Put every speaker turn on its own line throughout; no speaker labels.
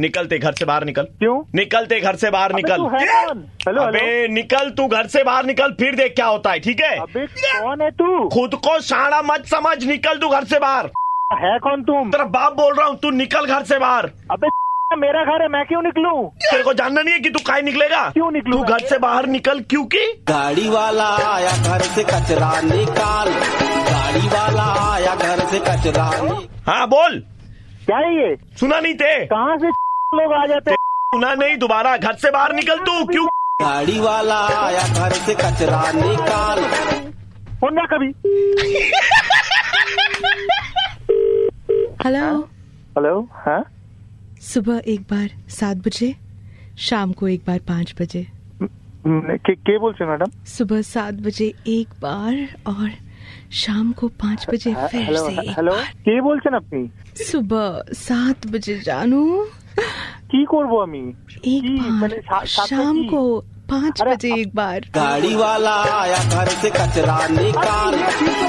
निकलते घर से बाहर निकल
क्यों
निकलते घर से बाहर
अबे
निकल
तू है कौन हेलो हेलो
अबे निकल तू घर से बाहर निकल फिर देख क्या होता है ठीक है
अबे कौन है तू
खुद को शाणा मत समझ निकल तू घर से बाहर
है कौन तुम
तेरा बाप बोल रहा हूँ तू निकल घर से बाहर
अबे मेरा घर है मैं क्यों निकलूं
तेरे को जानना नहीं है कि तू काय निकलेगा
क्यों निकलूं
तू
मैं?
घर से बाहर निकल क्योंकि
गाड़ी वाला आया घर से कचरा निकाल गाड़ी वाला आया घर से कचरा निकाल
हाँ बोल
क्या है ये
सुना नहीं थे
कहाँ से लोग आ जाते हैं
सुना नहीं दोबारा घर से बाहर निकल तू क्यों
गाड़ी वाला आया घर से कचरा निकाल
होना कभी
हेलो
हेलो हाँ
सुबह एक बार सात बजे शाम को एक बार पाँच बजे
हम्म, के, के बोल रहे हो, मैडम
सुबह सात बजे एक बार और शाम को पाँच बजे
हाँ,
फिर
हेलो
से एक
हेलो
बार
के बोलছেন আপনি
सुबह सात बजे जानू
কি করব আমি
एक
কি মানে
बार
সা-
और
সাতটা
शाम
কি?
को पाँच
अरे,
बजे एक बार
गाड़ी वाला आया घर से कचरा निकाल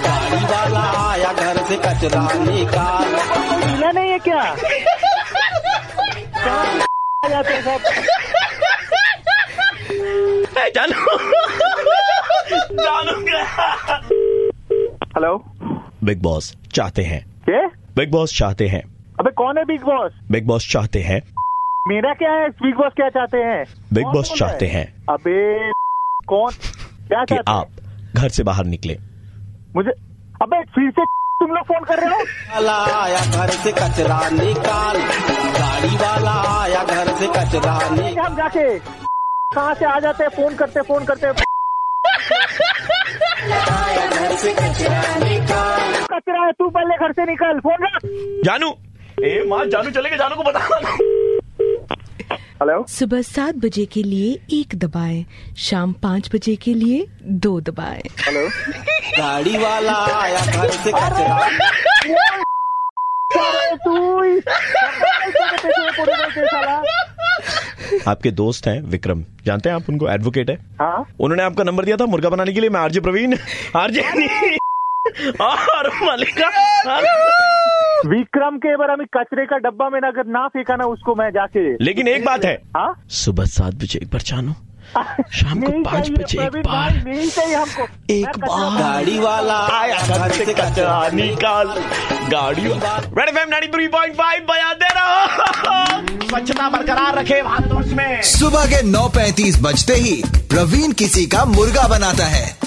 गाड़ी वाला आया घर से कचरा निकाल
कोई मिला नहीं है क्या कहाँ से आ जाते हैं सब
ए, जानू जानू क्या
हेलो
बिग बॉस चाहते हैं
के
बिग बॉस चाहते हैं
अबे कौन है बिग बॉस
बिग बॉस चाहते हैं
मेरा क्या है बिग बॉस क्या चाहते हैं
बिग
कौन
बॉस
बोल रहा
चाहते
है?
हैं
अबे कौन क्या
कि
चाहते
आप घर से बाहर निकले
हैं मुझे अबे फिर से तुम लोग फोन कर रहे हो
वाला आया घर से कचरा निकाल गाड़ी वाला आया घर से कचरा निकाल
हम जाके कहाँ से आ जाते हैं फोन करते फोन करते कचरा है तू पहले घर से निकल फोन रख
जानू ए माँ जानू चलेगा जानू को बता
हेलो
सुबह सात बजे के लिए एक दबाएं शाम पाँच बजे के लिए दो दबाएं
हेलो
गाड़ी वाला आया घर से कचरा
तू ही- तेरे पैसे में पूरे बोलते हैं, साला
आपके दोस्त हैं विक्रम जानते हैं आप उनको एडवोकेट है
हाँ
उन्होंने आपका नंबर दिया था मुर्गा बनाने के लिए मैं आरजे प्रवीण आरजे और मलिका
विक्रम के बार हमें कचरे का डब्बा में ना अगर ना फेंका ना उसको मैं जाके
लेकिन एक बात है
हाँ
सुबह सात बजे एक बार चानो शाम को
नहीं
पाँच
चाहिए,
बजे एक
प्रवीण
बार
भाई, नहीं चाहिए हमको मैं
एक
कचरा
बार
गाड़ी वाला
आया घर से कचरा निकाल गाड़ी रेड एफएम 93.5 बजा दे रहा हूं। स्वच्छता बरकरार रखे भारतवर्ष में
सुबह के 9:35 बजते ही प्रवीण किसी का मुर्गा बनाता है